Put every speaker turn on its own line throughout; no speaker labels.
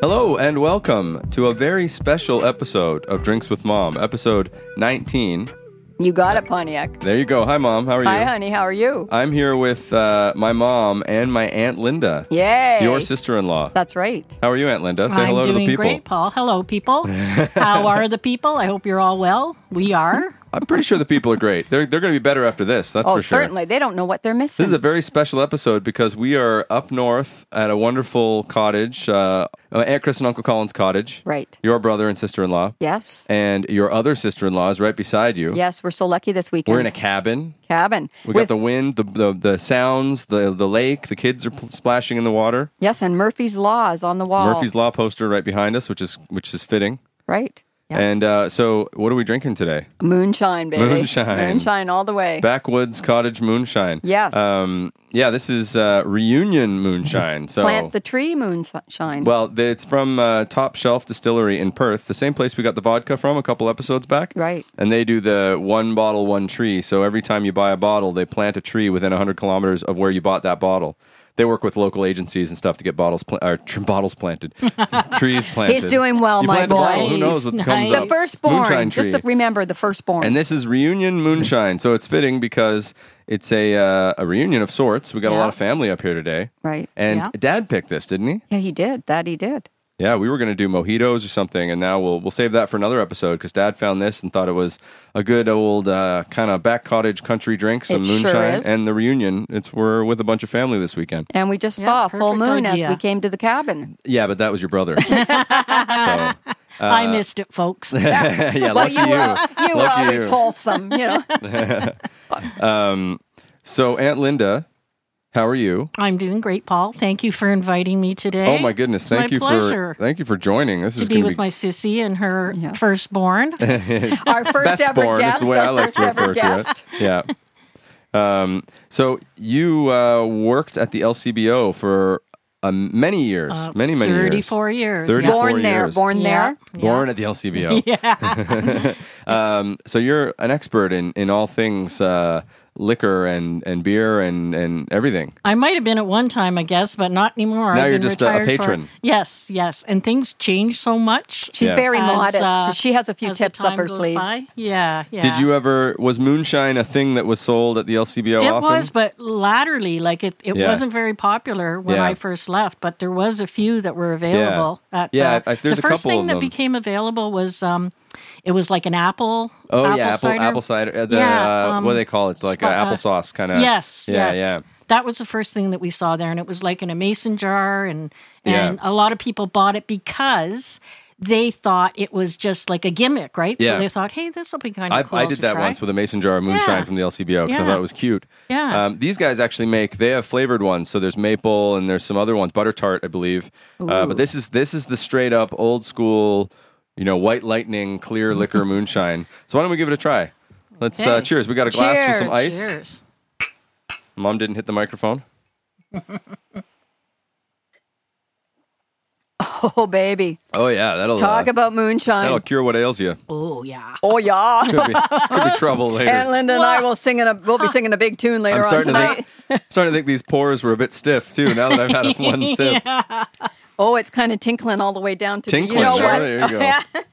Hello and welcome to a very special episode of Drinks with Mom, episode 19.
You got it, Pontiac.
There you go. Hi, Mom. How are
Hi,
you?
honey. How are you?
I'm here with uh, my mom and my Aunt Linda,
Yay.
your sister in law.
That's right.
How are you, Aunt Linda? Say
I'm
hello to
doing
the people.
great, Paul. Hello, people. How are the people? I hope you're all well. We are.
I'm pretty sure the people are great. They're, they're going to be better after this, that's
oh,
for sure.
certainly. They don't know what they're missing.
This is a very special episode because we are up north at a wonderful cottage, uh, Aunt Chris and Uncle Colin's cottage.
Right.
Your brother and sister in law.
yes.
And your other sister in law is right beside you.
Yes, we're so lucky this weekend.
We're in a cabin.
cabin.
We
with-
got the wind, the, the the sounds, the the lake. The kids are pl- splashing in the water.
Yes, and Murphy's Law is on the wall.
Murphy's Law poster right behind us, which is which is fitting.
Right.
Yeah.
And uh, so, what are we drinking today?
Moonshine, baby.
Moonshine.
Moonshine all the way.
Backwoods Cottage Moonshine.
Yes.
Um, yeah, this is uh, reunion moonshine. So
Plant the tree, moonshine.
Well, th- it's from uh, Top Shelf Distillery in Perth, the same place we got the vodka from a couple episodes back.
Right.
And they do the one bottle, one tree. So every time you buy a bottle, they plant a tree within 100 kilometers of where you bought that bottle. They work with local agencies and stuff to get bottles pla- or tr- bottles planted, trees planted.
doing well,
You
my
plant a
boy.
bottle, who knows what
Nice,
comes
nice.
up?
the firstborn.
Moonshine tree.
Just to remember the firstborn.
And this is reunion moonshine, so it's fitting because it's a uh, a reunion of sorts. We got a
Yeah.
lot of family up here today,
Right.
And
Yeah.
Dad picked this, didn't he?
yeah, he did. That he did.
Yeah, we were going to do mojitos or something, and now we'll we'll save that for another episode because Dad found this and thought it was a good old uh, kind of back cottage country drink, some
It sure
moonshine,
is.
and the reunion. It's we're with a bunch of family this weekend.
And we just saw a full
perfect
moon as
idea.
we came to the cabin.
Yeah, but that was your brother. so, yeah, Uh,
I missed it, folks.
well,
lucky you.
you were, you were
Lucky
always
you.
wholesome, you know.
So Aunt Linda, how are you?
I'm doing great, Paul. Thank you for inviting me today.
Oh my goodness!
It's
Thank
my
you
pleasure
for thank you for joining. This
to
is
be
going
with my sissy and her firstborn.
our first
best
ever
born
guest.
is the way
our
I like
first
to
ever
refer to
guest.
it. Yeah. Um, so you uh, worked at the LCBO for um, many years,
Uh,
many many years.
34 years.
34
Born there,
years.
born
Yeah.
there.
Yeah.
Born at the LCBO. um, so you're an expert in, in all things uh, liquor and, and beer and, and everything.
I might have been at one time, I guess, but not anymore.
Now
I've
you're
been
just a- a
retired for-
patron.
yes, yes. And things change so much.
She's
Yeah.
very
as,
modest.
uh,
she has a few
as the
tips up
time
her
goes
sleeve.
by. Yeah, yeah.
Did you ever was moonshine a thing that was sold at the LCBO
It
often?
was, but latterly, like it, it
Yeah.
wasn't very popular when
Yeah.
I first left. But there was a few that were available. At
Yeah,
the,
I- I- there's
the
a
first
couple
thing
of
that
them.
became available was um, it was like an apple.
Oh
apple
yeah, apple
cider.
apple cider. uh, the,
Yeah,
uh, what do
um,
they call it? Like a
spa- uh,
applesauce kind of.
Yes,
Yeah,
yes.
yeah.
That was the first thing that we saw there, and it was like in a mason jar, and
Yeah.
and a lot of people bought it because. They thought it was just like a gimmick, right?
Yeah.
So they thought, "Hey, this will be kind
I,
of cool."
I did
to
that
try.
once with a mason jar of moonshine
Yeah.
from the LCBO because I
Yeah.
thought it was cute.
Yeah.
Um, these guys actually make they have flavored ones, so there's maple and there's some other ones, butter tart, I believe. Uh, but this is this is the straight up old school, you know, white lightning clear liquor moonshine. So why don't we give it a try? Let's uh,
Okay.
cheers. We got a glass with some ice.
Cheers.
Mom didn't hit the microphone.
Oh, baby.
Oh yeah, that'll
Talk
uh,
about moonshine.
that'll cure what ails you.
Oh yeah.
oh, yeah.
Could be, this could be trouble later.
And Linda and I will sing in a, we'll be singing a big tune later
I'm
on
starting
tonight.
to think starting to think these pores were a bit stiff too. Now that I've had a one sip,
Oh, it's kind of tinkling all the way down to
tinkling.
the, you know
yeah,
what?
There you go.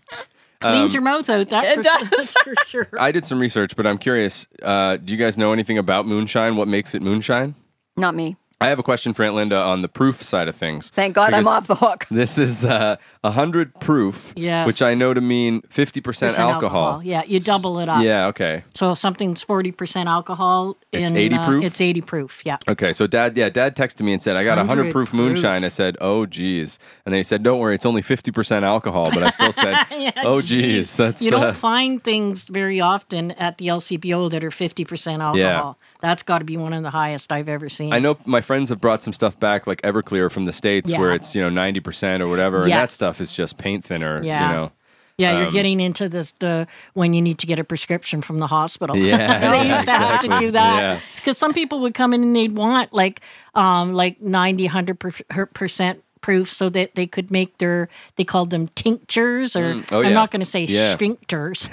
Um,
Cleaned your mouth out. That
it
for
does.
sure- that's for sure.
I did some research, but I'm curious. Uh, do you guys know anything about moonshine? What makes it moonshine?
Not me.
I have a question for Aunt Linda on the proof side of things.
Thank God I'm
Because
off the hook.
This is uh, 100 proof,
Yes.
which I know to mean 50%
Percent
alcohol.
Yeah, you double it up.
Yeah, okay.
So if something's forty percent alcohol.
It's
in,
80
uh,
proof? Oh,
it's eighty proof. Yeah.
Okay, so dad, yeah, dad texted me and said, I got 100
100
proof
proof.
moonshine. I said, oh, geez. And they said, don't worry, it's only 50% alcohol. But I still said, oh, geez. That's,
You don't
uh,
find things very often at the LCBO that are fifty percent alcohol. That's got to be one of the highest I've ever seen.
I know my friends have brought some stuff back, like Everclear from the States,
Yeah.
where it's, you know, 90% or whatever. And that
Yes.
stuff is just paint thinner,
Yeah.
you know.
Yeah,
Um,
you're getting into this the when you need to get a prescription from the hospital.
Yeah,
they
yeah,
used to have to
exactly.
do that
Yeah.
because some people would come in and they'd want like um like 90 100 percent proof so that they could make their they called them tinctures or
oh,
I'm
yeah.
not going to say
Yeah.
sphincters.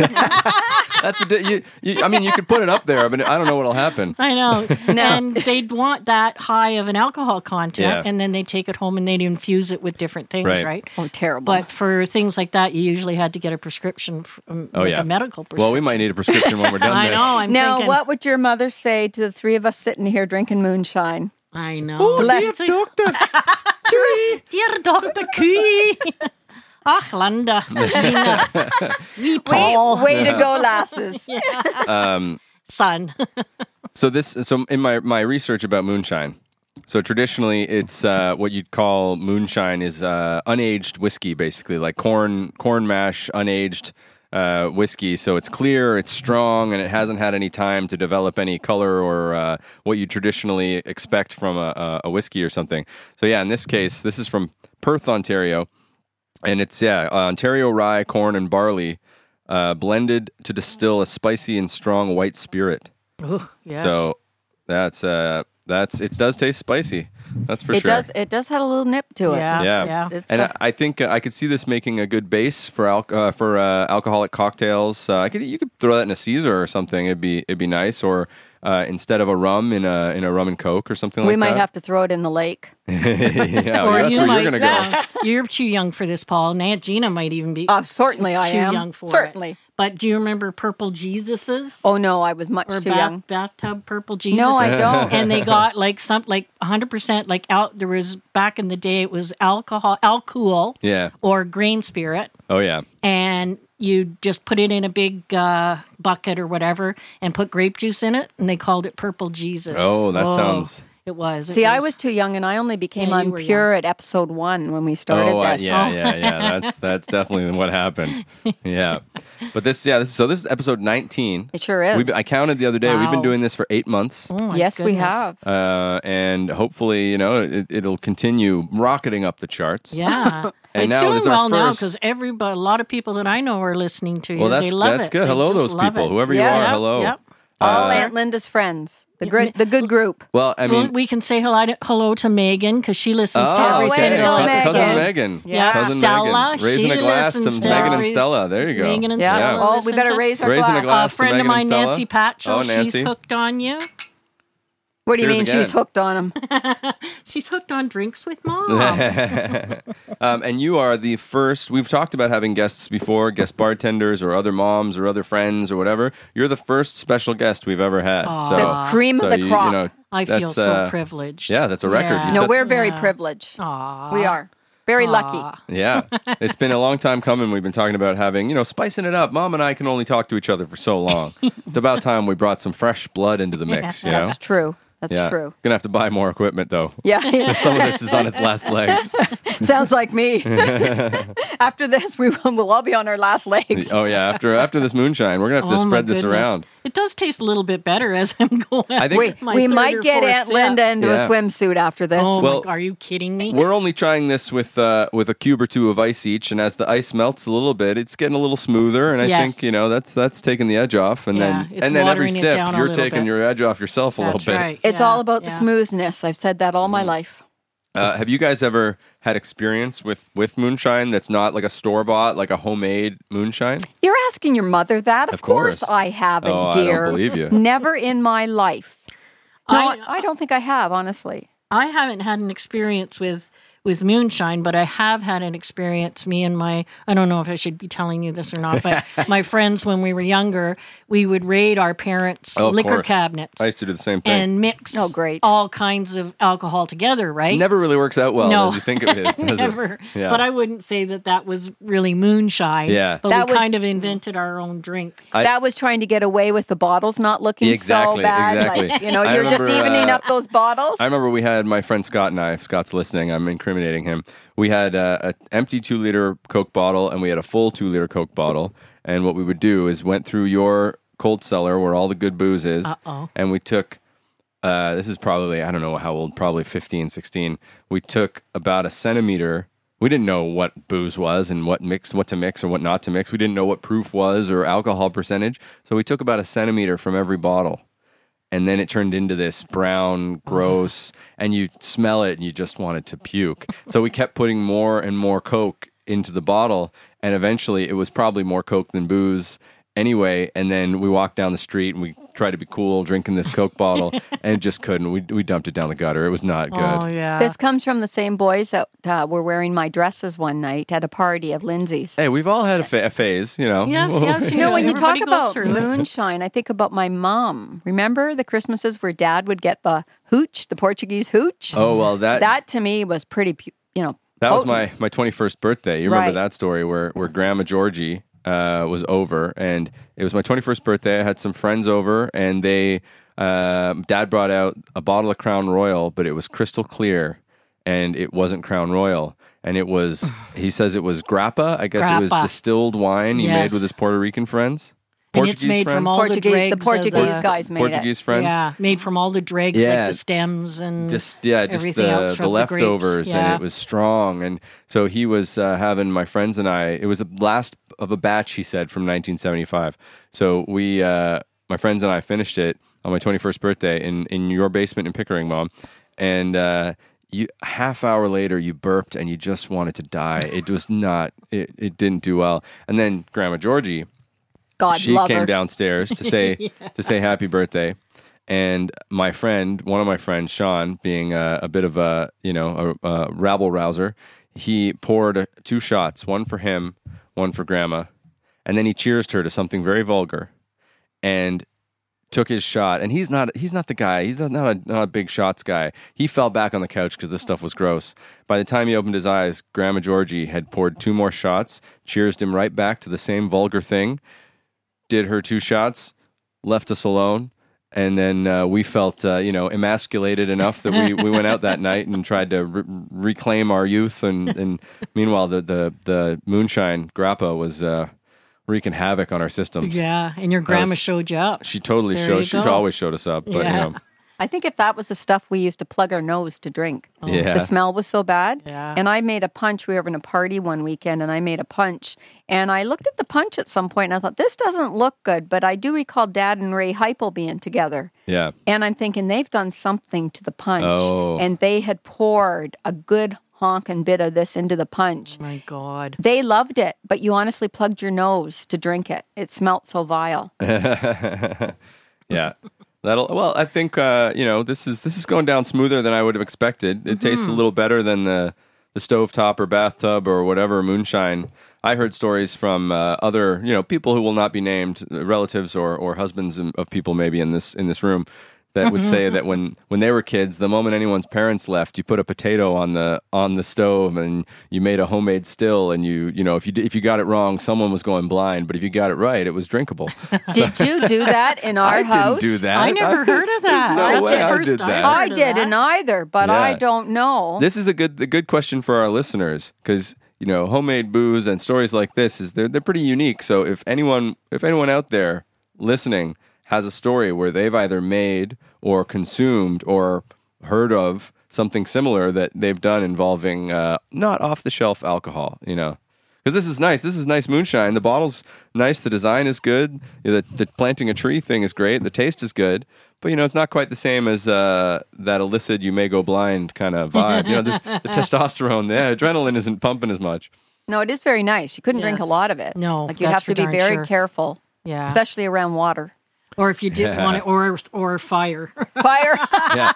That's a. di- You, you, I mean, you could put it up there, but I don't know what'll happen.
I know. And they'd want that high of an alcohol content
Yeah.
and then they take it home and they'd infuse it with different things,
Right.
right?
Oh, terrible.
But for things like that, you usually had to get a prescription from
Oh
like
yeah,
a medical prescription.
Well, we might need a prescription when we're done.
I
this.
know. I'm
now,
thinking,
what would your mother say to the three of us sitting here drinking moonshine?
I know.
Oh, dear doctor. Tree.
Dear Dr. Kui. Ach, Linda. Lina. Wee Paul.
Way, way to go, lasses.
Son.
So this, so in my my research about moonshine, so traditionally it's uh, what you'd call moonshine is uh, unaged whiskey, basically like corn corn mash unaged uh, whiskey. So it's clear, it's strong, and it hasn't had any time to develop any color or uh, what you traditionally expect from a, a a whiskey or something. So yeah, in this case, this is from Perth, Ontario. And it's yeah, uh, Ontario rye, corn, and barley uh, blended to distill a spicy and strong white spirit.
Ooh,
Oh,
yes.
So that's uh that's it does taste spicy. That's for
It
sure.
does. It does have a little nip to it.
Yeah.
Yeah.
Yeah.
It's
and I,
got-
I think uh, I could see this making a good base for al- uh, for uh, alcoholic cocktails. Uh, I could you could throw that in a Caesar or something. It'd be it'd be nice. Or uh, instead of a rum in a in a rum and coke or something
We
like
might
that.
have to throw it in the lake.
yeah, well, that's where you're gonna go.
go. You're too young for this, Paul. Now Gina might even be
Oh, certainly I
too
am.
young for
certainly.
it. But do you remember Purple Jesuses?
Oh no, I was much
or
too
bath,
young.
bathtub Purple Jesuses?
No, I don't.
and they got like some like 100% like out there was back in the day it was alcohol alcohol
Yeah.
or grain spirit
Oh yeah.
and you just put it in a big uh, bucket or whatever and put grape juice in it and they called it purple jesus
Oh, that sounds-
it was It
See, I was too young, and I only became
Yeah, you were
impure at episode one when we started
I-
this.
Oh, uh, yeah, yeah, yeah. That's that's definitely what happened. Yeah, but this, yeah, this, so this is episode nineteen.
It sure is.
We've, I counted the other day. We've been
Wow.
doing this for eight months.
Oh, my
yes, we
goodness.
have.
uh, and hopefully, you know, it, it'll continue rocketing up the charts.
yeah
And
it's
now
doing
it is our
well now
first-
because everybody a lot of people that i know are listening to you
Well,
they
that's
love
that's
it
good.
They
hello,
just
those
love
people,
it.
whoever you
Yes.
are.
Yep,
Hello.
yep.
Uh,
All Aunt Linda's friends, the gr- the good group.
Well, I
Well,
mean,
we can say hello to, hello to megan because she listens to
oh,
every
Way
okay.
to
single
go,
Cou-
episode
cousin
Megan.
Megan,
Yeah.
cousin
Stella,
Megan, raising
she
a glass to
listens to
Megan and
every-
Stella. There you go.
Megan and
Yeah.
Stella.
Yeah.
Oh, we better
listen to-
raise our
Raising a
glass.
glass. to
a friend
Megan
of mine,
and Stella.
Nancy Patchell,
Oh, Nancy.
she's hooked on you.
What do you
Cheers
mean
again.
she's hooked on him?
She's hooked on drinks with mom.
Um, and you are the first. We've talked about having guests before, guest bartenders or other moms or other friends or whatever. You're the first special guest we've ever had. So,
The cream of
so
the
you- you
crop.
know,
I feel
that's,
so
uh,
privileged.
Yeah, that's a record.
Yeah.
You
No,
set-
we're very privileged. We are very lucky.
Yeah, it's been a long time coming. We've been talking about having, you know, spicing it up. Mom and I can only talk to each other for so long. it's about time we brought some fresh blood into the mix. You know,
That's true. That's
yeah.
true.
Gonna have to buy more equipment though.
Yeah,
Some of this is on its last legs.
sounds like me. After this, we will we'll all be on our last legs.
Oh yeah, after after this moonshine, we're gonna have to
Oh, my
spread this
goodness.
around.
It does taste a little bit better as I'm going. I
think-
We, we might get Aunt Linda into
Yeah.
a swimsuit after this.
Oh,
Well-
my, are you kidding me?
We're only trying this with uh, with a cube or two of ice each, and as the ice melts a little bit, it's getting a little smoother. And I
Yes.
think you know that's that's taking the edge off. And
Yeah,
then
it's
and then every
watering it
sip,
down a
you're
little
taking
bit.
your edge off yourself a
That's
little bit.
right.
it's
Yeah,
all about the
yeah.
smoothness. I've said that all my
Mm.
life.
Uh, have you guys ever had experience with with moonshine that's not like a store bought, like a homemade moonshine?
You're asking your mother that? Of,
Of course.
I haven't,
Oh, I don't
dear.
believe you.
Never in my life. No, I,
I-
I don't think I have, honestly.
I haven't had an experience with with moonshine, but I have had an experience. Me and my I don't know if I should be telling you this or not, but my friends when we were younger, we would raid our parents'
Oh, of
liquor
course.
cabinets
I used to do the same thing.
and mix
Oh, great.
all kinds of alcohol together, right?
It Never really works out well
No.
as you think it is. Does
Never.
It? Yeah.
But I wouldn't say that that was really moonshine.
Yeah.
But
That
we
was-
kind of invented our own drink.
I-
that was trying to get away with the bottles not looking
Exactly,
so bad.
exactly.
Like, you know,
I
you're just
remember,
evening
uh,
up those bottles.
I remember we had my friend Scott and I. If Scott's listening, I'm incriminating him. We had uh, an empty two liter Coke bottle and we had a full two liter Coke bottle. And what we would do is went through your cold cellar where all the good booze is,
Uh-oh.
and we took. Uh, this is probably I don't know how old, probably 15, 16. We took about a centimeter. We didn't know what booze was and what mix, what to mix or what not to mix. We didn't know what proof was or alcohol percentage. So we took about a centimeter from every bottle and then it turned into this brown, gross, and you smell it and you just wanted to puke. so we kept putting more and more Coke into the bottle, and eventually it was probably more Coke than booze anyway. And then we walked down the street and we tried to be cool drinking this Coke bottle and just couldn't. We, we dumped it down the gutter. It was not good.
Oh yeah.
This comes from the same boys that uh, were wearing my dresses one night at a party of Lindsay's.
Hey, we've all had a, fa- a phase, you know.
yes, yes.
You know, when you talk
everybody goes
about
through it.
moonshine, I think about my mom. Remember the Christmases where dad would get the hooch, the Portuguese hooch?
Oh well, that that,
That to me was pretty, pu- you know.
was
Oh.
potent.
my my twenty first birthday. You remember
Right.
that story where where Grandma Georgie uh, was over, and it was my twenty first birthday. I had some friends over, and they um Dad brought out a bottle of Crown Royal, but it was crystal clear, and it wasn't Crown Royal. And it was, he says it was grappa. I guess it was
Grappa.
distilled wine he
Yes.
made with his Puerto Rican friends.
And it's made from all the
Portuguese, the
dregs of
Portuguese
the-
guys made it.
Portuguese friends.
Yeah, made from all the dregs,
Yeah.
like the stems and
just yeah, just
Mm, everything else
the,
from
the
the grapes,
leftovers,
yeah.
and it was strong. And so he was uh, having my friends and I. It was the last of a batch, he said, from 1975. So we, uh, my friends and I, finished it on my 21st birthday in in your basement in Pickering, mom, and. Uh, you half hour later you burped and you just wanted to die it was not it, it didn't do well and then grandma georgie
God
she
love
came
her.
downstairs to say to say happy birthday and my friend one of my friends sean being a, a bit of a you know a, a rabble rouser he poured two shots one for him one for grandma and then he cheersed her to something very vulgar and took his shot and he's not he's not the guy he's not, not a not a big shots guy he fell back on the couch because this stuff was gross by the time he opened his eyes grandma georgie had poured two more shots cheersed him right back to the same vulgar thing did her two shots left us alone and then uh, we felt uh, you know emasculated enough that we, we went out that night and tried to re- reclaim our youth and, and meanwhile the, the the moonshine grappa was uh, wreaking havoc on our systems
yeah. And your grandma
was-
showed you up.
she totally
There
showed.
you
She
go.
always showed us up, but
Yeah.
you know,
I think if that was the stuff we used to plug our nose to drink.
Oh. yeah,
The smell was so bad.
Yeah.
And I made a punch. We were having a party one weekend and I made a punch. And I looked at the punch at some point and I thought, this doesn't look good. But I do recall Dad and Ray Heipel being together.
yeah.
And I'm thinking they've done something to the punch.
Oh.
And they had poured a good honkin' bit of this into the punch.
Oh My God.
They loved it, but you honestly plugged your nose to drink it. It smelt so vile.
yeah that'll well i think uh you know this is this is going down smoother than i would have expected it
Mm-hmm.
tastes a little better than the the stovetop or bathtub or whatever moonshine i heard stories from uh, other you know people who will not be named uh, relatives or or husbands in- of people maybe in this in this room that
Mm-hmm.
would say that when when they were kids the moment anyone's parents left you put a potato on the on the stove and you made a homemade still and you you know if you d- if you got it wrong someone was going blind but if you got it right it was drinkable
Did you do that in our
I
house?
didn't do that.
I never heard of that.
no
That's
way
the
I
first
did that.
heard
I
of
didn't
that.
either, but I
Yeah.
don't know.
This is a good a good question for our listeners because you know homemade booze and stories like this is they're they're pretty unique. So if anyone if anyone out there listening has a story where they've either made or consumed or heard of something similar that they've done involving uh, not off the shelf alcohol, you know. Because this is nice. This is nice moonshine. The bottle's nice. The design is good. You know, The, the planting a tree thing is great. The taste is good. But you know, it's not quite the same as uh, that illicit "you may go blind" kind of vibe. You know, there's the testosterone there. Adrenaline isn't pumping as much.
no, it is very nice. You couldn't drink a
Yes.
lot of it.
No,
like you'd
that's
have
for
to be
darn
very
sure.
careful,
Yeah.
especially around water.
Or if you didn't
Yeah.
want it, or or fire.
Fire.
Yeah,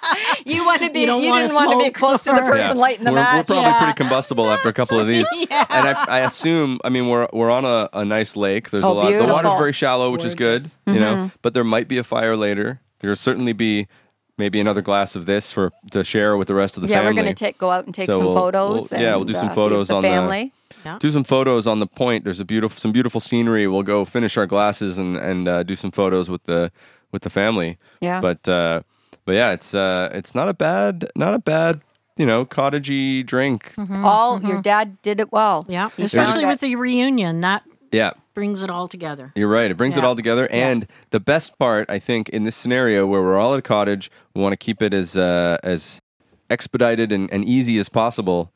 you want to be. You,
You don't wanna
didn't want to be
smoke
close to the
or-
yeah.
person lighting the
we're,
match.
we're probably
Yeah.
pretty combustible after a couple of these.
Yeah.
And I, I assume, I mean, we're we're on a, a nice lake. There's
Oh,
a lot. The water's
beautiful. Mm-hmm.
very shallow, which is good.
Gorgeous.
You know, but there might be a fire later. There'll certainly be maybe another glass of this for to share with the rest of the
yeah,
family.
we're going to take go out and take
So
some
we'll-
photos.
we'll- yeah, we'll
and,
do some
uh, with
photos
the
on the-
family.
do some photos on the point. There's a beautiful, some beautiful scenery. We'll go finish our glasses and and uh, do some photos with the with the family.
Yeah.
But uh, but yeah, it's uh, it's not a bad not a bad you know cottagey drink.
All your dad did it well.
Mm-hmm, yeah.
He
Especially
found
with
it.
the reunion, that
Yeah.
brings it all together.
You're right. It brings it
Yeah.
all together. And the best part, I think, in this scenario where we're all at a cottage, we want to keep it as uh, as expedited and, and easy as possible.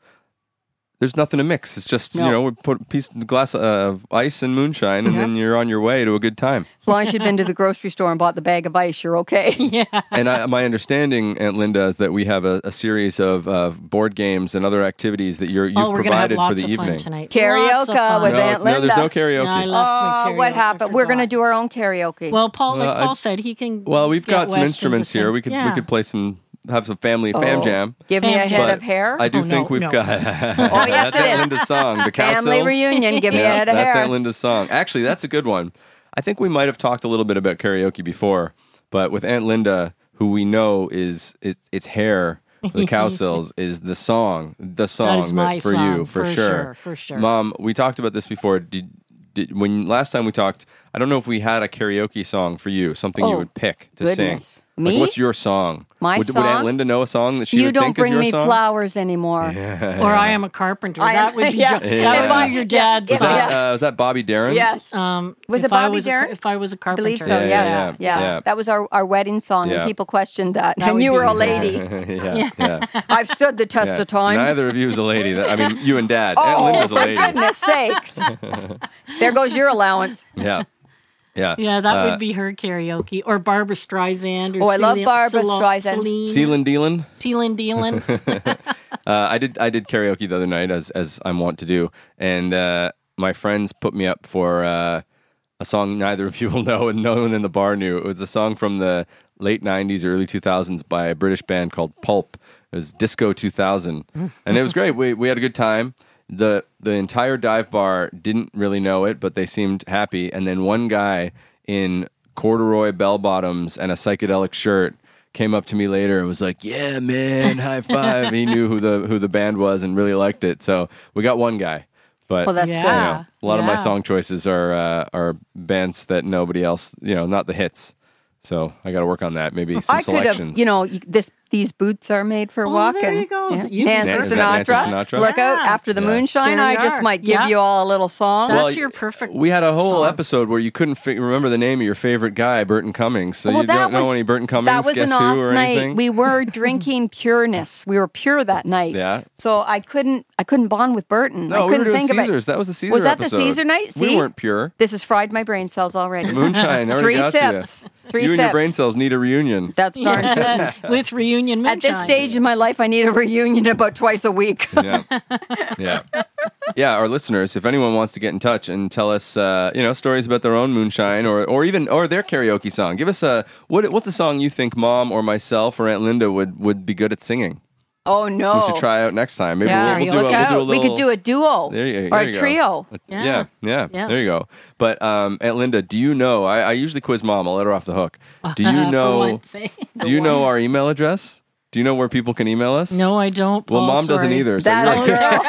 there's nothing to mix. It's just
No.
you know we put a piece glass of ice and moonshine, and then you're on your way to a good time.
As long as you've been to the grocery store and bought the bag of ice, you're okay.
and I, my understanding, Aunt Linda, is that we have a, a series of uh, board games and other activities that you're, you've
oh, we're gonna have
provided
lots
for the
of
evening.
fun tonight.
Karaoke
Lots of fun.
with
No,
Aunt
no, there's no
Linda.
karaoke.
No, I love my
Oh, what
karaoke.
happened? We're going to
Forgot.
do our own karaoke.
Well, Paul, like
Well, I-
Paul said, he can.
uh, Well, we've
get
got some
Wes into
instruments
some-
here. We could
yeah.
we could play some have some family fam
Oh,
jam.
Give me
Fam
a
jam.
head
But
of hair.
I do
Oh,
think
no,
we've
no.
got. oh
yes,
that's
it
Aunt
is.
Linda's song, the cow
Family
sills.
reunion. Give me a
Yeah,
head of
that's
hair.
Aunt Linda's song. Actually, that's a good one. I think we might have talked a little bit about karaoke before, but with Aunt Linda, who we know is it, it's hair. The cow sills is the song, the song
is my
for
song,
you for,
for
sure.
sure, for sure.
Mom, we talked about this before. Did, did when last time we talked? I don't know if we had a karaoke song for you, something you
Oh,
would pick to
goodness.
sing.
Me?
Like, what's your song?
My
would, Would Aunt
song?
Linda know a song that she
you
would
don't
think
bring
is your
me
song?
flowers anymore.
Or I am a carpenter.
I am-
that would be
yeah.
jo- that
Yeah.
would be your dad's.
Was that,
song.
uh, was that Bobby Darin?
Yes.
Um,
Was it
if I
Bobby
was a-
Darin?
If I was a
I
carpenter,
believe so,
Yeah,
yes.
yeah,
Yeah,
yeah.
That was our, our wedding song,
Yeah.
and people questioned that. and
would
you
be-
were a lady.
yeah, yeah.
I've stood the test
Yeah.
of time.
Neither of you is a lady. That- I mean, you and Dad. Aunt
oh,
Linda's a
for
lady.
goodness sakes. there goes your allowance.
Yeah, yeah,
Yeah, that
Uh,
would be her karaoke or Barbara Streisand. Or
Oh, I love
Celia-
Barbra
Celo-
Streisand.
Celine,
Celine Dion.
Celine Dion.
Uh, I did. I did karaoke the other night, as as I'm wont to do, and uh, my friends put me up for uh, a song neither of you will know, and no one in the bar knew. It was a song from the late '90s, early 2000s by a British band called Pulp. It was Disco 2000, and it was great. We we had a good time. the The entire dive bar didn't really know it, but they seemed happy. And then one guy in corduroy bell bottoms and a psychedelic shirt came up to me later and was like, "Yeah, man, high five. he knew who the who the band was and really liked it. So we got one guy, but
Well, that's
Yeah.
good.
you know, a lot of my
Yeah.
song choices are uh, are bands that nobody else, you know, not the hits. So I got to work on that. Maybe some
I could
selections.
have, you know, you- this these boots are made for
Oh,
walking.
there you go.
Yeah.
You can
Nancy,
do that.
Sinatra.
Nancy Sinatra.
Look out
Yeah.
after the
Yeah.
moonshine.
There
I
you
just
are.
might give
Yeah.
you all a little song.
Well, That's your perfect
We had a whole
song.
episode where you couldn't fi- remember the name of your favorite guy, Burton Cummings. So
Well,
you
that
don't know
was-
any Burton Cummings,
that was
guess
an off
who, or
night.
anything.
We were drinking pureness. We were pure that night.
Yeah.
So I couldn't. I couldn't bond with Burton.
no,
I
we
couldn't
were doing
think of
Caesars.
it.
That was the Caesar.
Was that the
episode.
Caesar night?
We
See?
weren't pure.
This has fried my brain cells already.
Moonshine. I already
Three
got
sips.
To you.
Three
you and your
sips.
brain cells need a reunion.
That's darn true.
with reunion
At
moonshine.
this stage in my life, I need a reunion about twice a week.
yeah. Yeah. Yeah. Our listeners, if anyone wants to get in touch and tell us, uh, you know, stories about their own moonshine or, or even, or their karaoke song, give us a, what, what's a song you think mom or myself or Aunt Linda would, would be good at singing?
Oh no!
We should try out next time. Maybe
Yeah,
we'll, we'll,
look
do a,
out.
we'll do a little.
we could do a duo
There you-
or
there
a
you go.
trio.
Yeah,
Yeah.
yeah.
Yes.
There you go. But um, Aunt Linda, do you know? I, I usually quiz mom. I'll let her off the hook. Do you
For
know?
once, eh?
do you know our email address? Do you know where people can email us?
No, I don't.
Well,
Paul,
mom doesn't
Oh, sorry.
either. So
That
you're
old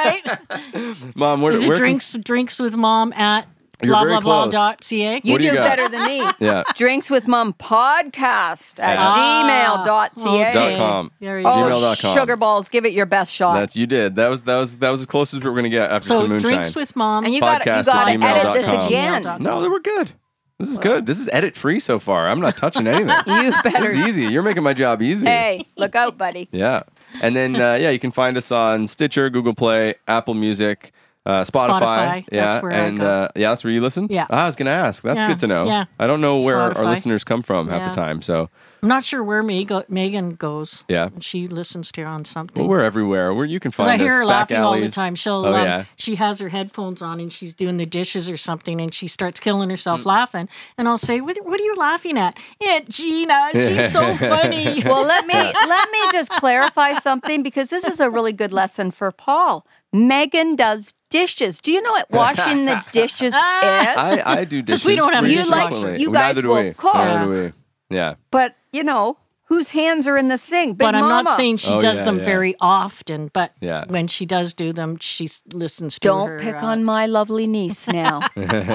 like,
girl.
Right?
mom, where,
Is
where
it
can-
drinks drinks with mom at
You're
blah
very
blah blah
close.
dot ca?
You
What do
do
you got?
better than me.
yeah.
Drinks with Mom podcast at
Ah,
gmail.ca.
Dot com.
There you
Oh,
go.
Gmail.com.
sugar balls, give it your best shot.
That's you did. That was that was that was as close as we were gonna get after
so
some moonshine.
drinks with mom.
and you got you
podcast
got
at
to edit this
gmail.com.
again.
Gmail.com.
no, they were good. This is good. This is edit free so far. I'm not touching anything.
You
this is
better.
easy. You're making my job easy.
hey, look out, buddy.
Yeah. And then, uh, yeah, you can find us on Stitcher, Google Play, Apple Music, uh, Spotify.
Spotify.
Yeah.
That's where I
and
go.
Uh, yeah, that's where you listen?
Yeah.
Ah, I was going to ask. That's
Yeah.
good to know.
Yeah.
I don't know where our
Spotify.
listeners come from half
Yeah.
the time. So,
I'm not sure where Meg- Megan goes.
Yeah.
When she listens to her on something.
well, we're everywhere. Where you can
Because
find
I hear
us.
her
back
laughing all the
alleys.
time. She'll
Oh,
um,
yeah.
she has her headphones on and she's doing the dishes or something, and she starts killing
Mm.
herself laughing. And I'll say, "What, what are you laughing at?" Aunt Gina, she's so funny.
Well, let me let me just clarify something because this is a really good lesson for Paul. Megan does dishes. Do you know what washing the dishes is?
Ah.
I, I do dishes.
we don't have
pretty
You like-
frequently.
you guys
Neither do
will
we.
cook.
Neither do we. Yeah.
but you know whose hands are in the sink? Big
but I'm
Mama.
not saying she
Oh,
does
yeah,
them
yeah.
very often. But
Yeah.
when she does do them, she s- listens to
Don't
her,
pick
uh,
on my lovely niece now.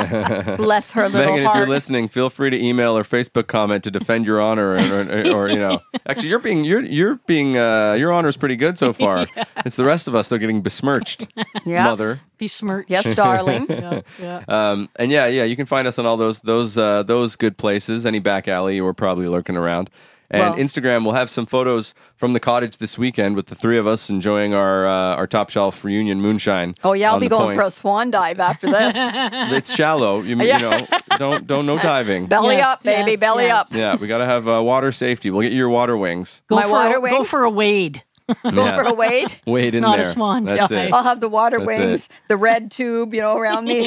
Bless her little
Megan, if
heart.
you're listening, feel free to email or Facebook comment to defend your honor, or, or, or, you know, actually, you're being you're you're being uh, your honor is pretty good so far. It's the rest of us that are getting besmirched,
Yeah.
mother.
besmirched.
Yes, darling.
Yeah, yeah.
Um, and uh, yeah, yeah, you can find us on all those those uh, those good places. Any back alley, we're probably lurking around. And
Well-
Instagram will have some photos from the cottage this weekend with the three of us enjoying our uh, our top shelf reunion moonshine.
Oh yeah, I'll
on
be
the
going for a
point.
swan dive after this.
It's shallow. You, you
Yeah.
know, don't don't no diving.
belly
Yes,
up, baby,
yes,
belly
yes.
up.
Yeah, we got to have uh, water safety. We'll get you your water wings.
Go
My
for
water
a, Go
wings?
for a wade.
Go for a wade.
Wade in
Not a
there.
swan
That's
dive.
it.
I'll have the water
That's
wings, the red tube, you know, around me,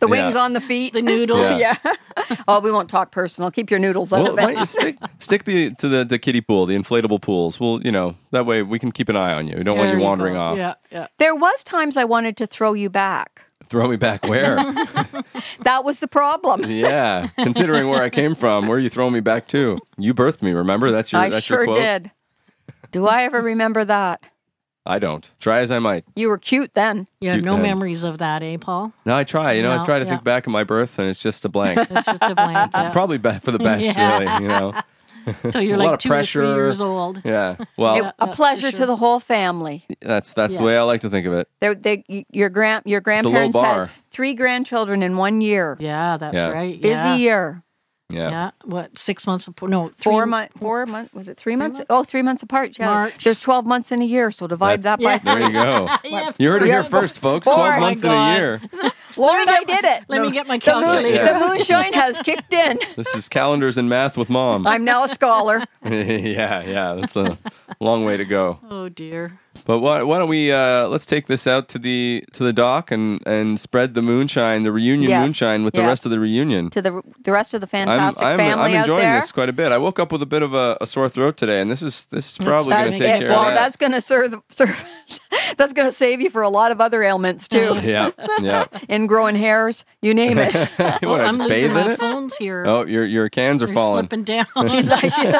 the wings
Yeah.
on the feet.
The noodles.
Yeah.
yeah. oh, we won't talk personal. Keep your noodles out
Well,
of it.
why- stick, stick the to the, the kiddie pool, the inflatable pools. Well, you know that way we can keep an eye on you. We don't want
There
you
you
wandering
go.
off.
Yeah, yeah.
There was times I wanted to throw you back.
Throw me back where?
That was the problem.
yeah, considering where I came from, where you throw me back to? You birthed me. Remember that's your
I
that's
sure
your quote.
did. Do I ever remember that?
I don't try as I might.
You were cute then.
You have
Cute
no
then.
memories of that, eh, Paul?
No, I try. You know, I
No,
try to
yeah.
think back at my birth, and it's just a blank.
It's just a blank. yeah.
Probably be- for the best,
Yeah.
really. You know,
Until you're
a lot
like
of
two or
pressure.
three years old.
yeah. Well,
It- a
that's for
pleasure to
sure.
the whole family.
that's that's the way I
Yes.
like to think of it.
They're, they, your grand,
a
your
low
grandparents had
bar.
three grandchildren in one year.
Yeah, that's
Yeah.
right.
Busy
yeah.
year.
Yeah.
Yeah. What six months? Of, no, three,
Four month, four month, was it three, months? Oh, three months apart. Yeah,
March.
there's twelve months in a year, so divide
That's-
that by.
There you go.
Yeah,
You heard it here
Yeah.
first, folks.
Oh
Twelve
my
months in a
God.
year.
Lord, I did it.
Let me get my
The, moon,
calculator.
Yeah.
the moonshine has kicked in.
This is calendars and math with mom.
I'm now a scholar.
yeah, yeah, that's a long way to go.
Oh dear.
But why, why don't we uh, let's take this out to the to the dock and and spread the moonshine, the reunion
Yes,
moonshine with the
yeah.
rest of the reunion.
To the the rest of the
I'm
fantastic
I'm,
family
I'm enjoying
out there.
this quite a bit. I woke up with a bit of a, a sore throat today, and this is this is probably
That-
going to take
it-
care
well,
of that.
that's going to serve, serve that's going to save you for a lot of other ailments too.
yeah, yeah.
and growing hairs, you name it.
what, I
I'm
just
losing
bathe in
my
it?
phones here.
Oh, your your cans are
They're
falling.
slipping down.
She's she's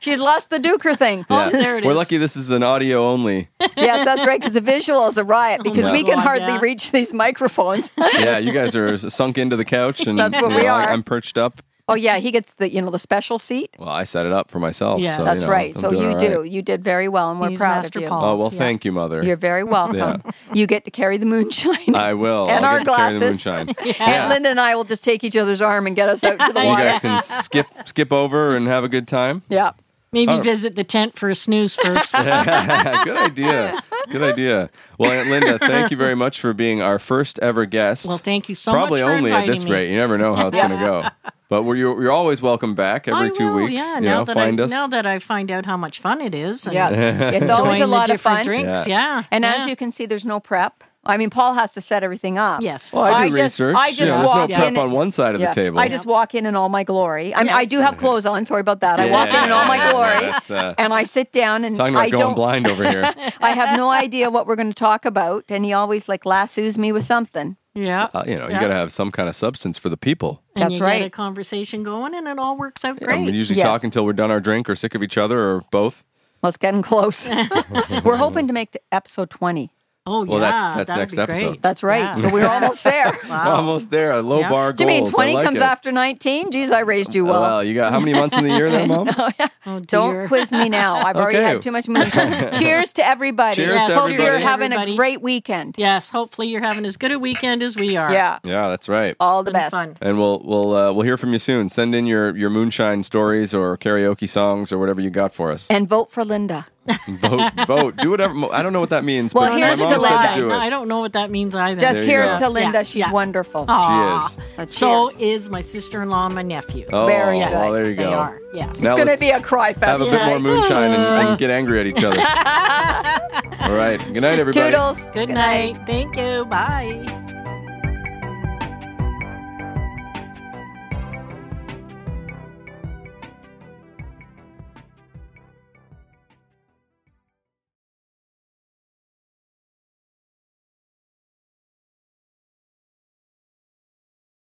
she's lost the duker thing.
Yeah.
there it
We're
is.
lucky this is an audio only.
Yes, that's right. Because the visual is a
Oh,
riot because
my
we can
God,
hardly
yeah.
reach these microphones.
yeah, you guys are sunk into the couch, and
That's what
you
we
know, I-
are.
I'm perched up.
oh yeah, he gets the you know the special seat.
Well, I set it up for myself.
Yes.
so,
Oh,
That's
you know,
right.
I'm
so
doing
you
all right.
do. You did very well, and we're
He's
proud
Master
of you.
Paul.
Oh well,
Yeah.
thank you, mother.
You're very welcome. You get to carry the moonshine.
I will.
And
I'll
our
get to carry the
glasses.
moonshine.
And Linda and I will just take each other's arm and get us out to the
You
water.
guys can skip skip over and have a good time.
yeah.
Maybe
Oh.
visit the tent for a snooze first.
good idea. Good idea. Well, Aunt Linda, thank you very much for being our first ever guest.
well, thank you so
Probably
much. for
only at
inviting
this
me.
rate. You never know how it's going to go. But we're, you're, you're always welcome back every
I
two
will,
weeks.
Yeah,
you
now
know,
that
find
I,
us.
Now that I find out how much fun it is. and
Yeah. It's always
enjoying
a
the
lot of
different
fun.
Drinks,
Yeah.
yeah.
And
yeah.
as you can see, there's no prep. I mean, Paul has to set everything up.
Yes.
well, I do
I just-
research.
I just
you know, there's no
walk
prep
in-
on one side of
Yeah.
the table.
I just walk in in all my glory. I mean, I
Yes.
do have clothes on. Sorry about that. I walk in in all my
Yeah,
glory,
that's, uh,
and I sit down, and
talking about
I
going
don't.
blind over here.
I have no idea what we're going to talk about, and he always like lassoes me with something.
yeah.
Uh, you know, you
Yeah.
got to have some kind of substance for the people.
and
That's
you
right.
get a conversation going and it all works out
And
great.
we usually
Yes.
talk until we're done our drink or sick of each other or both.
Well, it's getting close. we're hoping to make to episode twenty.
oh,
Well,
yeah.
that's- that's
that'd
next
be
episode.
great.
That's right.
Yeah.
So we're almost there.
Wow.
Almost there. A low
Yeah.
bar goals.
Do you mean
I
twenty
like
comes
it.
after nineteen? Geez, I raised you well.
Well, you got how many months in the year there, Mom?
oh, dear.
Don't quiz me now. I've already
Okay.
had too much moonshine. Cheers to everybody.
Cheers
to
Hope you're
everybody.
having a
Everybody.
great weekend.
Yes, hopefully you're having as good a weekend as we are.
Yeah.
Yeah, that's right.
All the
It's
best.
been fun.
And we'll we'll uh, we'll hear from you soon. Send in your your moonshine stories or karaoke songs or whatever you got for us.
And vote for Linda.
vote, vote, do whatever. mo- I don't know what that means.
Well,
but
here's
my
to
mom
let
said
them
to do
No, I
it.
don't know what that means either.
Just
There you
here's
go.
to Linda.
Yeah,
She's
yeah.
wonderful.
Aw.
She
A
So
cheers.
is my sister-in-law and my nephew.
Oh,
Very good.
well, there you go.
They are. Yes.
Now
It's going to
let's
be a cry fest.
have a bit
Yeah.
more moonshine and, and get angry at each other. All right. Good night, everybody.
Toodles.
Good night. Thank you. Bye.